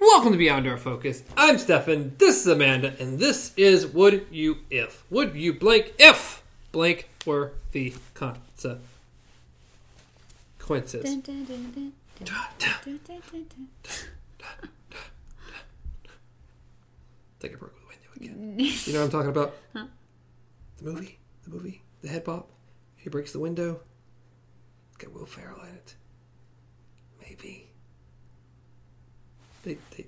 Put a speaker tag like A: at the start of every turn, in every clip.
A: Welcome to Beyond Our Focus. I'm Stefan, this is Amanda, and this is Would You If? Would you blank if blank were the consequences?
B: Dun, dun, dun, dun, dun, dun, dun, dun, dun.
A: Take a break with the window again. You know what I'm talking about? The movie? The movie? The head bop? He breaks the window. It's got Will Ferrell in it. Maybe. They, they,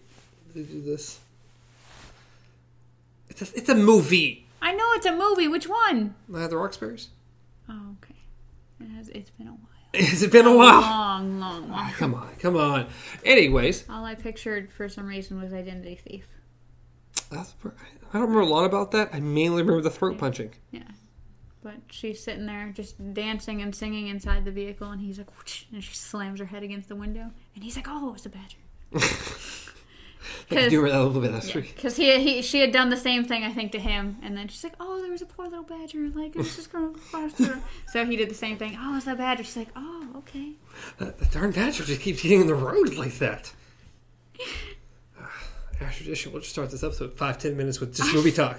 A: they do this. It's a, it's a movie.
B: I know it's a movie. Which one?
A: Night of the Roxbury's?
B: Oh, okay. It has, it's been a while.
A: Has it been a while?
B: Long, long, long.
A: Come on, come on. Anyways,
B: All I pictured for some reason was Identity Thief.
A: that's, I don't remember a lot about that. I mainly remember the throat punching.
B: Yeah. But she's sitting there just dancing and singing inside the vehicle, and he's like, whoosh, and she slams her head against the window, and he's like, oh, it's a badger.
A: I can do that a little bit. That's pretty.
B: Because he, he, she had done the same thing, I think, to him, and then she's like, "Oh, there was a poor little badger, like it was just going across her." so he did the same thing. Oh, it's a badger. She's like, "Oh, okay."
A: That, that darn badger just keeps getting in the road like that. Ah, Our tradition. We'll just start this episode five ten minutes with just movie talk.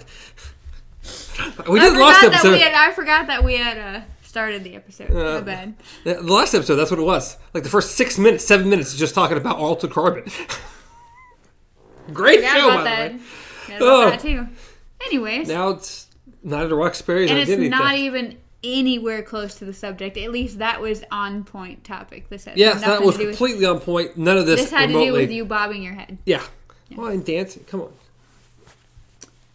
A: We
B: I
A: did last
B: forgot that
A: episode.
B: we had. I forgot that we had uh, started the episode. My
A: Uh,
B: bad.
A: Yeah, The last episode, that's what it was. Like the first six minutes, seven minutes, is just talking about altered carbon. Great
B: Forgot
A: show, by
B: about
A: the
B: that.
A: way.
B: Forgot
A: Oh.
B: about that too. Anyways,
A: Now it's not at a Roxbury's
B: and
A: identity
B: it's not
A: theft.
B: even anywhere close to the subject. At least that was on point topic. This had
A: Yes, that
B: nothing
A: was
B: to do with-
A: completely on point. None of this,
B: This had
A: remotely.
B: to do with you bobbing your head.
A: Yeah. Well, and dancing. Come on.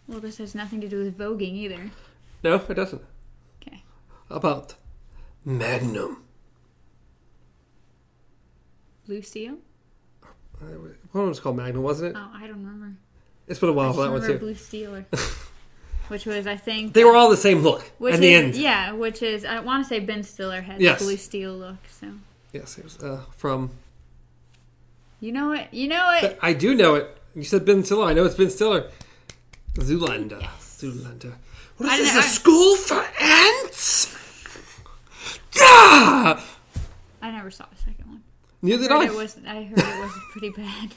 B: Well, this has nothing to do with voguing either.
A: No, it doesn't.
B: Okay.
A: About Magnum.
B: Lucille?
A: Uh, One was called Magnum, wasn't it?
B: Oh, I don't remember.
A: It's been a while
B: I just
A: for Oh, that one
B: remember
A: too.
B: Blue Steeler, which was I think uh,
A: They were all the same look
B: which
A: at
B: is,
A: the end.
B: Yeah, which is I want to say Ben Stiller had
A: Yes.
B: the Blue Steel look. So
A: Yes, it was uh, from.
B: you know it, you know it.
A: I do know it. You said Ben Stiller. I know it's Ben Stiller. Zoolander. Zoolander. What is
B: I
A: this?
B: know-
A: A school for ants? Gah!
B: I never saw the second one.
A: Neither did
B: Heard
A: I.
B: it was I heard it was pretty bad.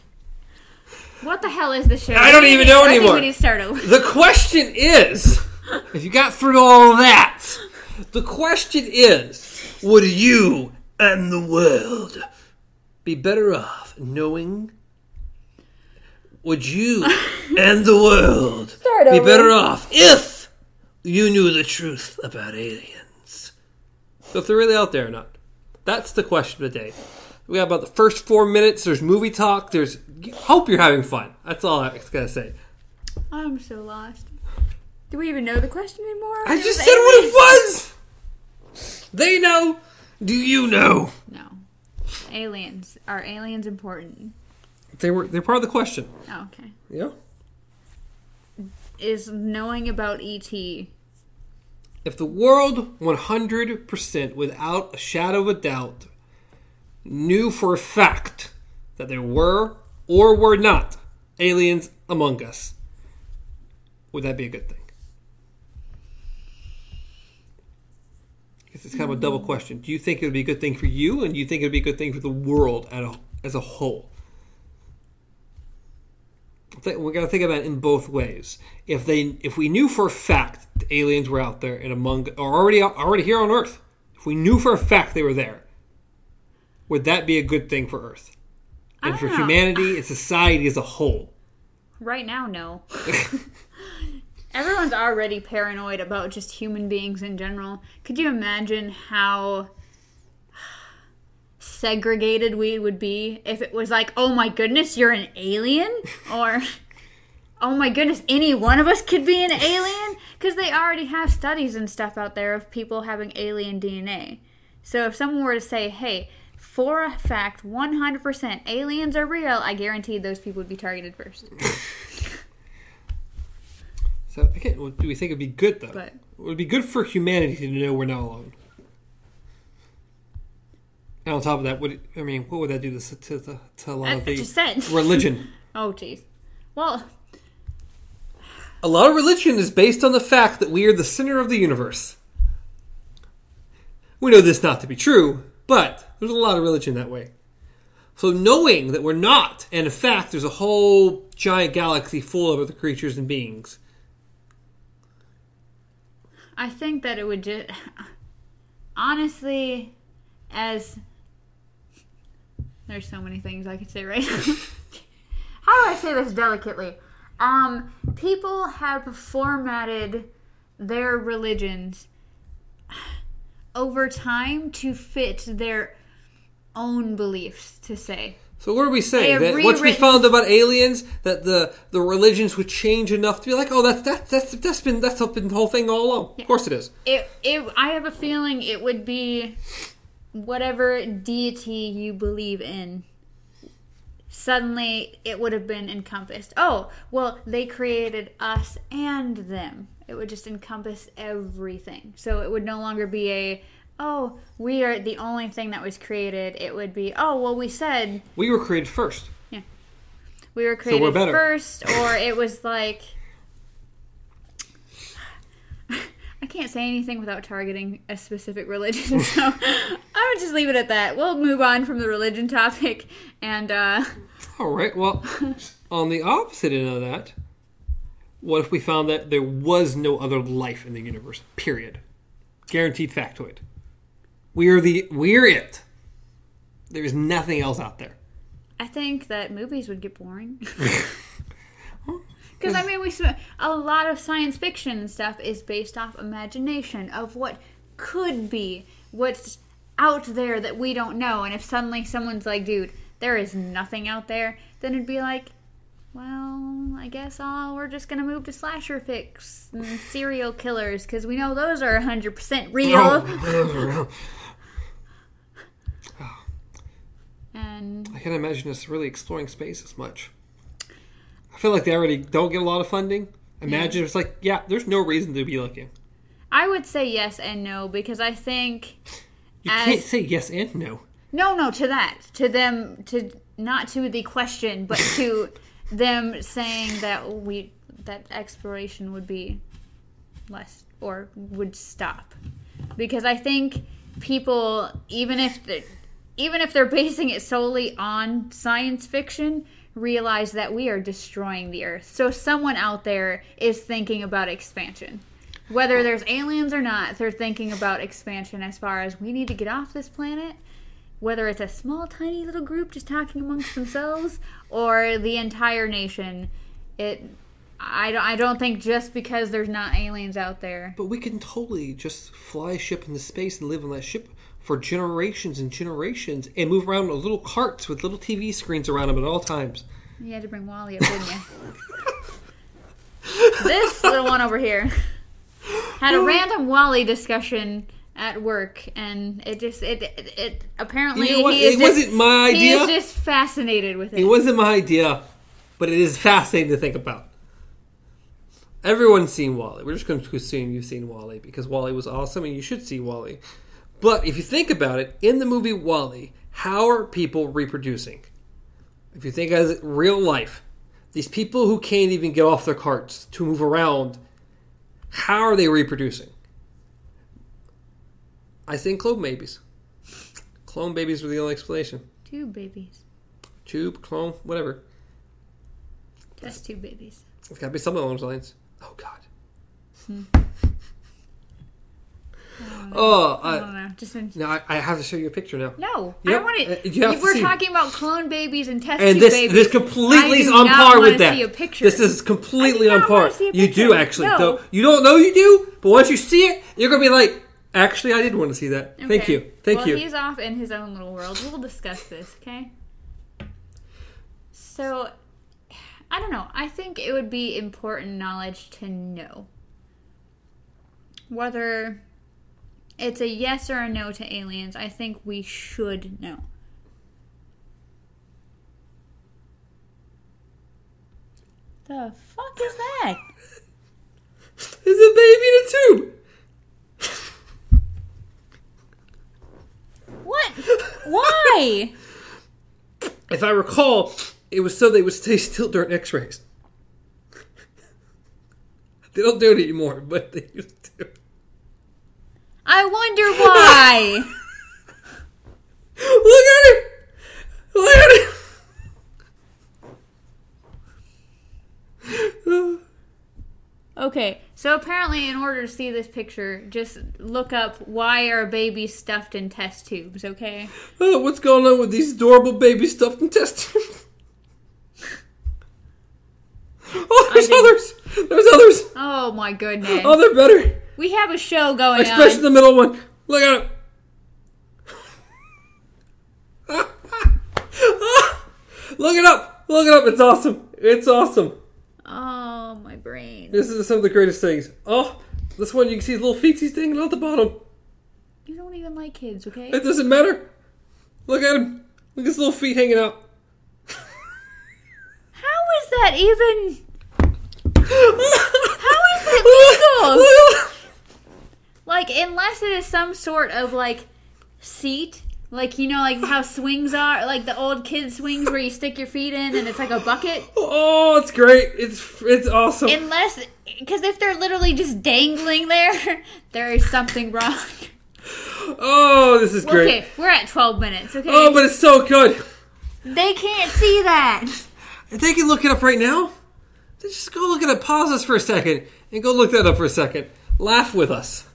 B: What the hell is this show?
A: I don't
B: We
A: even
B: need-
A: know
B: I think
A: anymore.
B: We need to start over.
A: The question is, if you got through all that, the question is, would you and the world be better off knowing? Would you and the world be better off if you knew the truth about aliens? So if they're really out there or not, that's the question of the day. We got about the first four minutes. There's movie talk. There's hope you're having fun. That's all I was gonna say.
B: I'm so lost. Do we even know the question anymore?
A: I
B: It
A: just
B: was
A: said what it
B: aliens.
A: was. They know. Do you know?
B: No, aliens are aliens important?
A: They were. They're part of the question.
B: Oh, okay.
A: Yeah.
B: Is knowing about E ET
A: If the world, one hundred percent, without a shadow of a doubt, knew for a fact that there were or were not aliens among us, would that be a good thing? Guess it's kind of a double question. Do you think it would be a good thing for you, and do you think it would be a good thing for the world at a, as a whole? I think- We got to think about it in both ways. If they, if we knew for a fact the aliens were out there and among, are already already here on Earth, if we knew for a fact they were there, would that be a good thing for Earth and for
B: don't know.
A: humanity and society as a whole?
B: Right now, no. Everyone's already paranoid about just human beings in general. Could you imagine how segregated we would be if it was like, oh my goodness, you're an alien? Or, oh my goodness, any one of us could be an alien? Because they already have studies and stuff out there of people having alien DNA. So if someone were to say, hey, for a fact, 100% aliens are real, I guarantee those people would be targeted first.
A: So again, what do we think it'd be good though?
B: But-
A: it would be good for humanity to know we're not alone. And on top of that, would it, I mean, what would that do to, to, to, to a lot of
B: That's
A: the
B: what you said.
A: religion?
B: Oh, jeez. Well,
A: A lot of religion is based on the fact that we are the center of the universe. We know this not to be true, but there's a lot of religion that way. So knowing that we're not, and in fact, there's a whole giant galaxy full of other creatures and beings.
B: I think that it would just honestly, as there's so many things I could say right now. How do I say this delicately? Um, people have formatted their religions over time to fit their own beliefs. To say
A: So what are we
B: They
A: saying?
B: have
A: That once we
B: rewritten-
A: found about aliens, that the the religions would change enough to be like, oh, that's that's that's that's been that's been the whole thing all along. Of course it is.
B: it, it, I have a feeling it would be whatever deity you believe in. Suddenly, it would have been encompassed. Oh, well, they created us and them. It would just encompass everything. So it would no longer be a, oh, we are the only thing that was created. It would be, oh, well, we said
A: We were created first.
B: we were
A: we're
B: created
A: better.
B: first, or it was like. I can't say anything without targeting a specific religion, so I would just leave it at that. We'll move on from the religion topic, and uh,
A: All right. Well, on the opposite end of that, what if we found that there was no other life in the universe? Period. Guaranteed factoid. We're the we're it. There is nothing else out there.
B: I think that movies would get boring. Because I mean, we sp- a lot of science fiction and stuff is based off imagination of what could be, what's out there that we don't know. And if suddenly someone's like, "Dude, there is nothing out there," then it'd be like, "Well, I guess all we're just gonna move to slasher fix and serial killers because we know those are 100% real."
A: Oh.
B: And
A: I can't imagine us really exploring space as much. I feel like they already don't get a lot of funding. Imagine if it's like, yeah, there's no reason to be looking.
B: I would say yes and no because I think
A: You
B: As-
A: can't say yes and no.
B: No, no, to that, to them, to not to the question, but to them saying that we that exploration would be less or would stop, because I think people, even if they, even if they're basing it solely on science fiction, realize that we are destroying the Earth. So someone out there is thinking about expansion. Whether there's aliens or not, they're thinking about expansion as far as we need to get off this planet whether it's a small, tiny little group just talking amongst themselves or the entire nation, it. I don't, I don't think just because there's not aliens out there.
A: But we can totally just fly a ship into space and live on that ship for generations and generations and move around on little carts with little TV screens around them at all times.
B: You had to bring Wally up, didn't you? this little one over here had a random Wally discussion at work, and it just it it, it apparently
A: You know what?
B: he is
A: It
B: just,
A: wasn't my
B: He is
A: idea.
B: just fascinated with
A: It
B: it.
A: wasn't my idea, but it is fascinating to think about. Everyone's seen Wally. We're just going to assume you've seen Wally because Wally was awesome and you should see Wally. But if you think about it, in the movie Wally, how are people reproducing? If you think as real life, these people who can't even get off their carts to move around, how are they reproducing? I think clone babies. Clone babies are the only explanation.
B: Two babies,
A: Tube, clone, whatever.
B: just two babies.
A: It's got to be something along those lines. Oh God. oh,
B: I
A: I,
B: don't know. Just in
A: now I, I have to show you a picture now.
B: No, I
A: Yep.
B: don't want
A: Uh,
B: to.
A: you have to
B: we're
A: see.
B: talking about clone babies and test
A: And
B: tube
A: this
B: babies.
A: this completely
B: I
A: is
B: do
A: on
B: not
A: par
B: wanna
A: with that.
B: see a picture.
A: This is completely
B: I do
A: on
B: not
A: par.
B: wanna see a
A: You do
B: picture.
A: actually
B: No.
A: though. You don't know you do, but once you see it, you're gonna be like, actually, I did want to see that. Thank
B: Okay.
A: you, thank
B: well,
A: you.
B: He's off in his own little world. We'll discuss this, okay? So, I don't know. I think it would be important knowledge to know whether it's a yes or a no to aliens. I think we should know. The fuck is that?
A: It's a baby in a tube.
B: What? Why?
A: If I recall, it was so they would stay still during X-rays. they don't do it anymore, but they used to.
B: I wonder why.
A: Look at her! Look at Uh,
B: Okay, so apparently, in order to see this picture, just look up why are babies stuffed in test tubes, okay?
A: Oh, what's going on with these adorable baby stuffed intestines? oh, there's
B: didn't-
A: others. There's others.
B: Oh my goodness.
A: Oh, they're better.
B: we have a show going
A: Especially
B: on.
A: the middle one. Look at it. Look it up. Look it up. It's awesome. It's awesome.
B: oh, my brain.
A: This is some of the greatest things. Oh, this one you can see the little feetsies dangling out the bottom.
B: You don't even like kids, okay?
A: It doesn't matter. Look at him. Look at his little feet hanging out.
B: How is that even.
A: How
B: is that legal? Like, unless it is some sort of, like, seat. Like, you know, like how swings are, like the old kid swings where you stick your feet in and it's like a bucket.
A: Oh, it's great. It's it's awesome.
B: Unless, because if they're literally just dangling there, there is something wrong.
A: oh, this is great.
B: Okay, we're at 12 minutes, okay?
A: Oh, but it's so good.
B: They can't see that.
A: If they can look it up right now, then just go look it up. Pause us for a second and go look that up for a second. Laugh with us.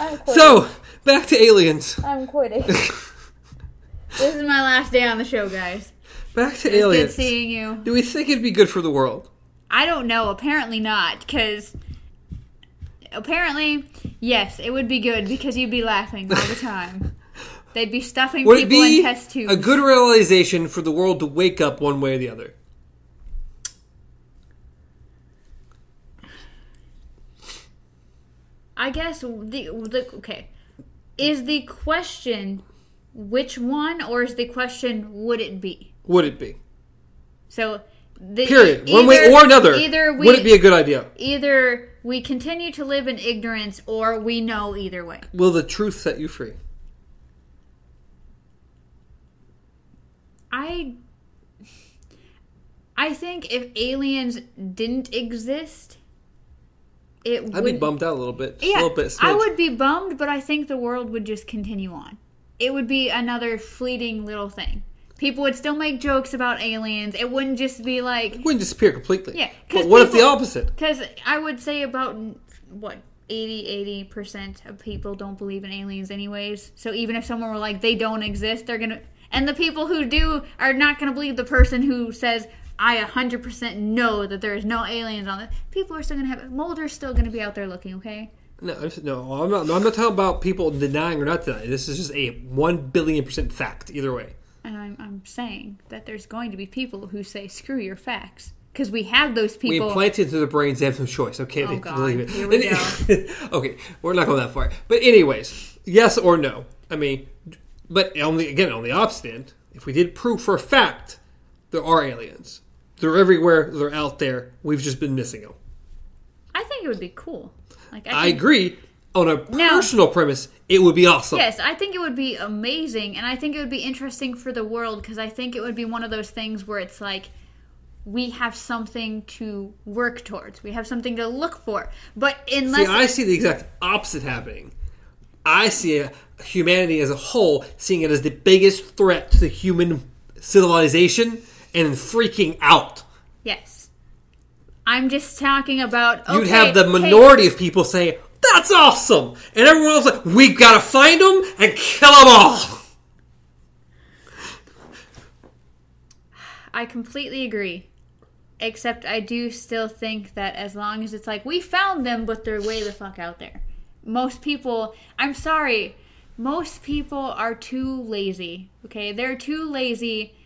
B: I'm quitting.
A: So, back to aliens.
B: I'm quitting. this is my last day on the show, guys.
A: Back to
B: It's good
A: aliens.
B: seeing you.
A: Do we think it'd be good for the world?
B: I don't know. Apparently not, because apparently, yes, it would be good because you'd be laughing all the time. They'd be stuffing
A: Would it
B: people
A: be
B: in test tubes.
A: a good realization for the world to wake up one way or the other?
B: I guess the, the okay is the question which one or is the question would it be?
A: Would it be?
B: So the,
A: Period.
B: e-
A: one way
B: either-
A: or another.
B: Either we
A: would it be a good idea?
B: either we continue to live in ignorance or we know either way.
A: Will the truth set you free?
B: I I think if aliens didn't exist, it
A: I'd
B: would
A: be bummed out a little bit. Just a
B: Yeah,
A: little bit. Smidge.
B: I would be bummed, but I think the world would just continue on. It would be another fleeting little thing. People would still make jokes about aliens. It wouldn't just be like
A: It wouldn't disappear completely.
B: Yeah, 'cause
A: But what if the
B: people-
A: opposite?
B: Because I would say about what 80 80% of people don't believe in aliens, anyways. So even if someone were like, they don't exist, they're gonna. And the people who do are not gonna believe the person who says, I 100% know that there is no aliens on this. People are still gonna have. Mulder's still gonna be out there looking, okay?
A: No, I'm, s- no, I'm not. No, I'm not talking about people denying or not denying. This is just a one billion percent fact. Either way,
B: And I'm, I'm saying that there's going to be people who say, screw your facts. Because we have those
A: we
B: people. Oh,
A: implant it into their brains. They have no choice. Okay, they
B: God.
A: believe it.
B: Here we
A: okay, we're not going that far. But anyways, yes or no? I mean, but only again on the opposite end. If we did prove for a fact there are aliens, they're everywhere. They're out there. We've just been missing them.
B: I think it would be cool. Like,
A: I
B: think-
A: agree. On a personal premise, it would be awesome.
B: Yes, I think it would be amazing, and I think it would be interesting for the world because I think it would be one of those things where it's like we have something to work towards, we have something to look for. But unless
A: See, I see the exact opposite happening. I see humanity as a whole seeing it as the biggest threat to the human civilization and freaking out.
B: yes, I'm just talking about okay,
A: You'd have the
B: hey,
A: minority of people saying, that's awesome! And everyone else like, we've got to find them and kill them all!
B: I completely agree. Except I do still think that as long as it's like we found them, but they're way the fuck out there. Most people, I'm sorry, most people are too lazy. Okay, they're too lazy.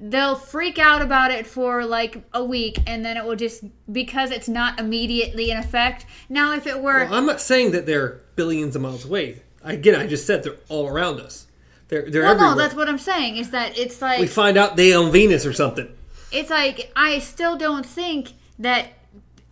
B: They'll freak out about it for like a week, and then it will just because it's not immediately in effect. Now, if it were,
A: Well, I'm not saying that they're billions of miles away. Again, I just said they're all around us. They're, they're
B: well,
A: everywhere.
B: no, that's what I'm saying is that it's like
A: we find out they own Venus or something.
B: it's like I still don't think that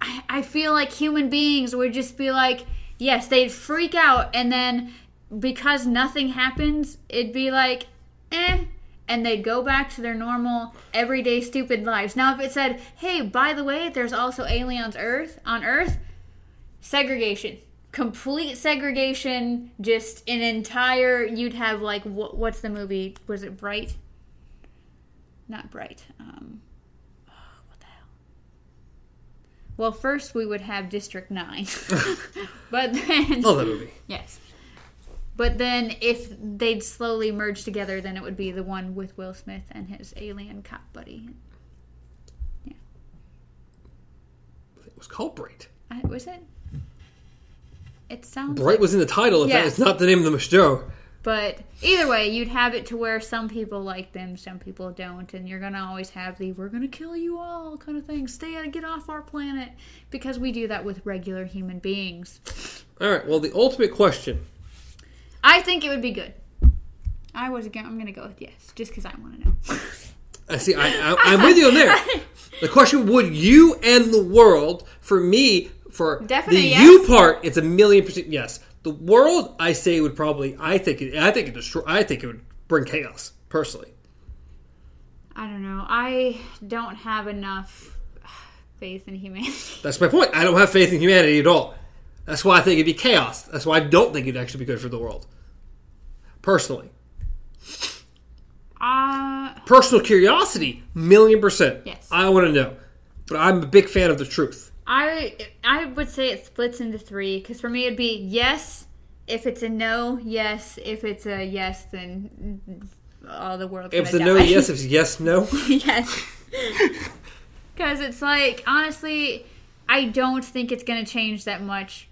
B: I, I feel like human beings would just be like, yes, they'd freak out, and then because nothing happens, it'd be like, eh, and they'd go back to their normal, everyday, stupid lives. Now, if it said, hey, by the way, there's also aliens Earth on Earth, segregation. Complete segregation, just an entire. You'd have like wh- what's the movie? Was it Bright? Not Bright. Um, oh, what the hell? Well, first we would have District 9. but then.
A: Love that movie.
B: Yes. But then if they'd slowly merge together, then it would be the one with Will Smith and his alien cop buddy.
A: It was called Bright.
B: I, was it? It sounds.
A: Bright was in the title. If
B: Yeah.
A: that is not the name of the show.
B: But either way, you'd have it to where some people like them, some people don't, and you're gonna always have the "we're gonna kill you all" kind of thing. Stay out, get off our planet, because we do that with regular human beings.
A: All right. Well, the ultimate question.
B: I think it would be good. I was going I'm gonna go with yes, just because I want to know.
A: I see. I, I, I'm with you on there. The question: Would you end the world? For me, for
B: Definitely
A: the
B: yes.
A: you part, it's a million percent yes. The world, I say, would probably. I think. It, I think it destroy. I think it would bring chaos. Personally,
B: I don't know. I don't have enough faith in humanity.
A: that's my point. I don't have faith in humanity at all. That's why I think it'd be chaos. That's why I don't think it'd actually be good for the world. Personally,
B: Uh
A: personal curiosity, million percent.
B: Yes.
A: I want to know, but I'm a big fan of the truth.
B: I I would say it splits into three because for me it'd be yes if it's a no yes if it's a yes then all the world
A: If it's a no, yes. If it's a yes, no.
B: yes because it's like honestly I don't think it's gonna change that much.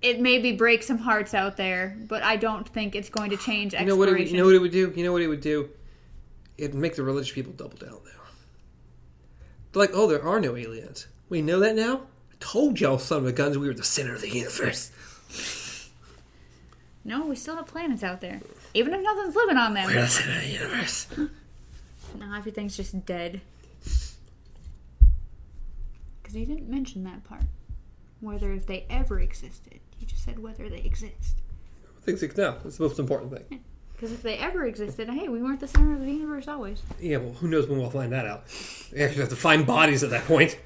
B: It maybe break some hearts out there, but I don't think it's going to change
A: You know what? It would,
B: exploration.
A: you know what it would do? You know what it would do? It'd make the religious people double down. Though, They're like, oh, there are no aliens. We know that now. I told y'all, son of a guns, we were the center of the universe.
B: no, we still have planets out there, even if nothing's living on them.
A: We're the center of the universe.
B: Now everything's just dead. Because you didn't mention that part. Whether if they ever existed. You just said whether they exist.
A: Things like that. That's the most important thing.
B: Because if they ever existed, hey, we weren't the center of the universe always.
A: Yeah, well, who knows when we'll find that out? We actually have to find bodies at that point.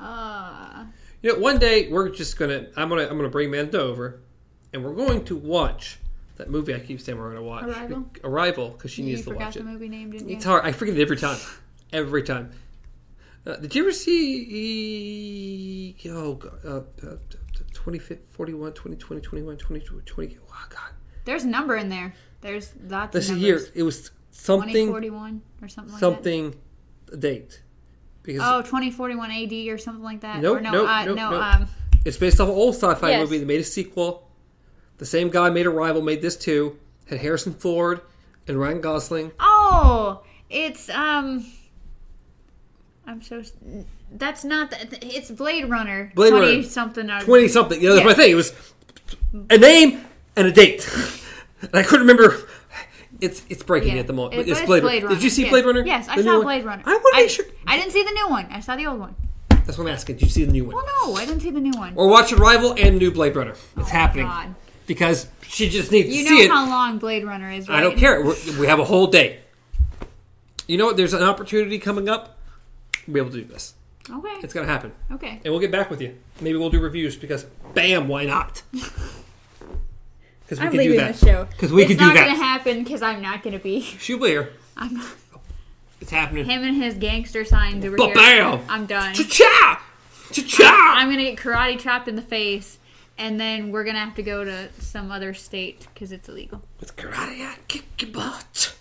B: Uh,
A: You know, one day we're just gonna. I'm gonna. I'm gonna bring Manda over, and we're going to watch that movie. I keep saying we're gonna watch
B: Arrival?
A: Arrival because she
B: you
A: needs to
B: forgot
A: watch
B: the
A: it.
B: movie name, didn't you?
A: It's hard. I forget it every time. Every time. Uh, did you ever see? Oh god, uh, uh, 20, 41, 20, 20, 21, 22, 20. Oh god,
B: There's a number in there. There's lots
A: this
B: of
A: is
B: numbers.
A: year. It was something,
B: 2041 or something like that.
A: something, a date. Because
B: Oh, 2041 AD or something like that.
A: Nope,
B: or no,
A: nope,
B: uh,
A: nope,
B: no,
A: nope.
B: um,
A: it's based off an old sci-fi
B: Yes.
A: movie. They made a sequel. The same guy made Arrival, made this too. Had Harrison Ford and Ryan Gosling.
B: Oh, it's um. I'm so. s- That's not. The, it's Blade Runner.
A: Blade Runner.
B: something. or-
A: twenty something. Yeah, that's my
B: Yeah.
A: thing. It was a name and a date, and I couldn't remember. It's it's breaking me
B: Yeah.
A: at the moment.
B: It-
A: but
B: but
A: it's Blade, Runner. Did you see Blade
B: Yes.
A: Runner?
B: Yes, I
A: The new
B: saw
A: one?
B: Blade Runner.
A: I want to make sure.
B: I didn't see the new one. I saw the old one.
A: That's what I'm asking. Did you see the new one?
B: Oh no, I didn't see the new one.
A: We're watching Rival and New Blade Runner. It's
B: my
A: happening
B: God.
A: because she just needs
B: You
A: to see
B: know
A: it.
B: how long Blade Runner is. Right?
A: I don't care. We're, we have a whole day. You know what? There's an opportunity coming up. We'll be able to do this.
B: Okay.
A: It's gonna happen,
B: okay.
A: and we'll get back with you. Maybe we'll do reviews because, bam, why not? Because we
B: I'm
A: can do
B: leaving
A: that.
B: the show
A: 'Cause we
B: it's
A: can do
B: not
A: that.
B: gonna happen because I'm not gonna be.
A: She'll be here.
B: I'm not,
A: It's happening.
B: him and his gangster signs over here.
A: Ba-bam!
B: I'm done.
A: Cha-cha! Cha-cha!
B: I'm gonna get karate chopped in the face, and then we're gonna have to go to some other state because it's illegal.
A: With karate, I kick your butt.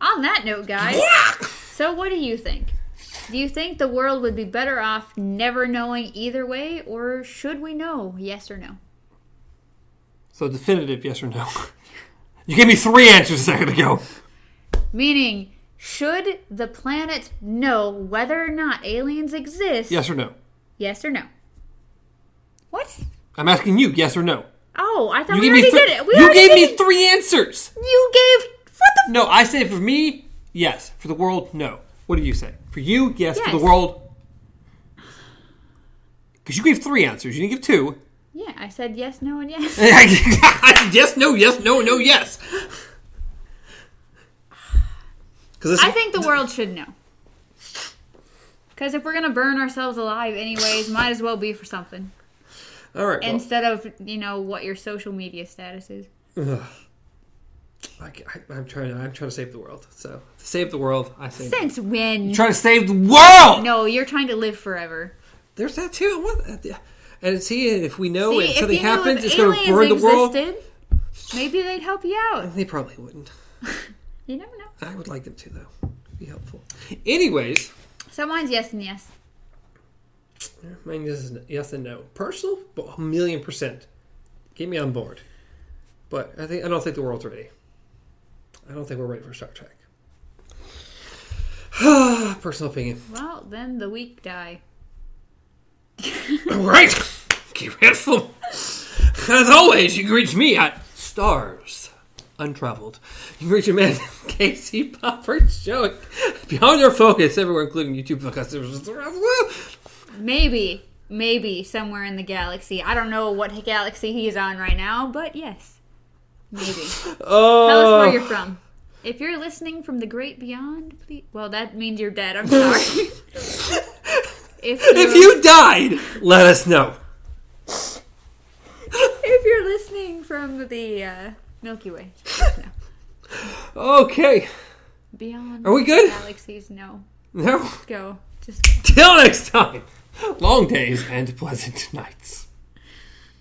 B: On that note, guys, so what do you think? Do you think the world would be better off never knowing either way, or should we know? Yes or no?
A: So definitive, yes or no? You gave me three answers a second ago.
B: Meaning, should the planet know whether or not aliens exist?
A: Yes or no?
B: Yes or no? What?
A: I'm asking you, yes or no?
B: Oh, I thought
A: You
B: we
A: gave me
B: already
A: three.
B: did it. We
A: you
B: already
A: gave me
B: did-
A: three answers.
B: You gave. What the?
A: No, I say for me, yes. For the world, no. What do you say? For you, yes. For
B: Yes.
A: the world, because you gave three answers. You didn't give two.
B: Yeah, I said yes, no, and yes.
A: yes, no, yes, no, no, yes. Because
B: I think the world should know. Because if we're gonna burn ourselves alive anyways, might as well be for something
A: All right. well-
B: instead of you know what your social media status is.
A: Ugh. Like I, I'm trying. I'm trying to save the world. So save the world. I save.
B: Since when?
A: Trying to save the world.
B: No, you're trying to live forever.
A: There's that too. I want that. Yeah. And see, if we know
B: See,
A: and
B: if
A: something
B: you knew
A: happens,
B: if
A: it's going
B: aliens
A: to burn the world.
B: existed, maybe they'd help you out.
A: They probably wouldn't.
B: You never know.
A: I would like them to though. It'd be helpful. Anyways,
B: So mine's yes and yes.
A: mine is yes and no. Personal, but a million percent. Get me on board. But I think I don't think the world's ready. I don't think we're ready for Star Trek. Personal opinion.
B: Well, then the weak die.
A: All right. Keep it full. As always, you can reach me at stars untraveled. You can reach him at Casey Popper's joke. Beyond your focus, everywhere, including YouTube podcasts.
B: Maybe, maybe somewhere in the galaxy. I don't know what galaxy he's on right now, but yes, maybe.
A: Oh,
B: Tell us where you're from. If you're listening from the great beyond, please. Well, that means you're dead. I'm sorry. if, you're,
A: If you died, let us know.
B: if you're listening from the uh, Milky Way, no.
A: Okay.
B: beyond
A: Are we good?
B: galaxies, no.
A: No.
B: Go, just go.
A: Till next time. Long days and pleasant nights.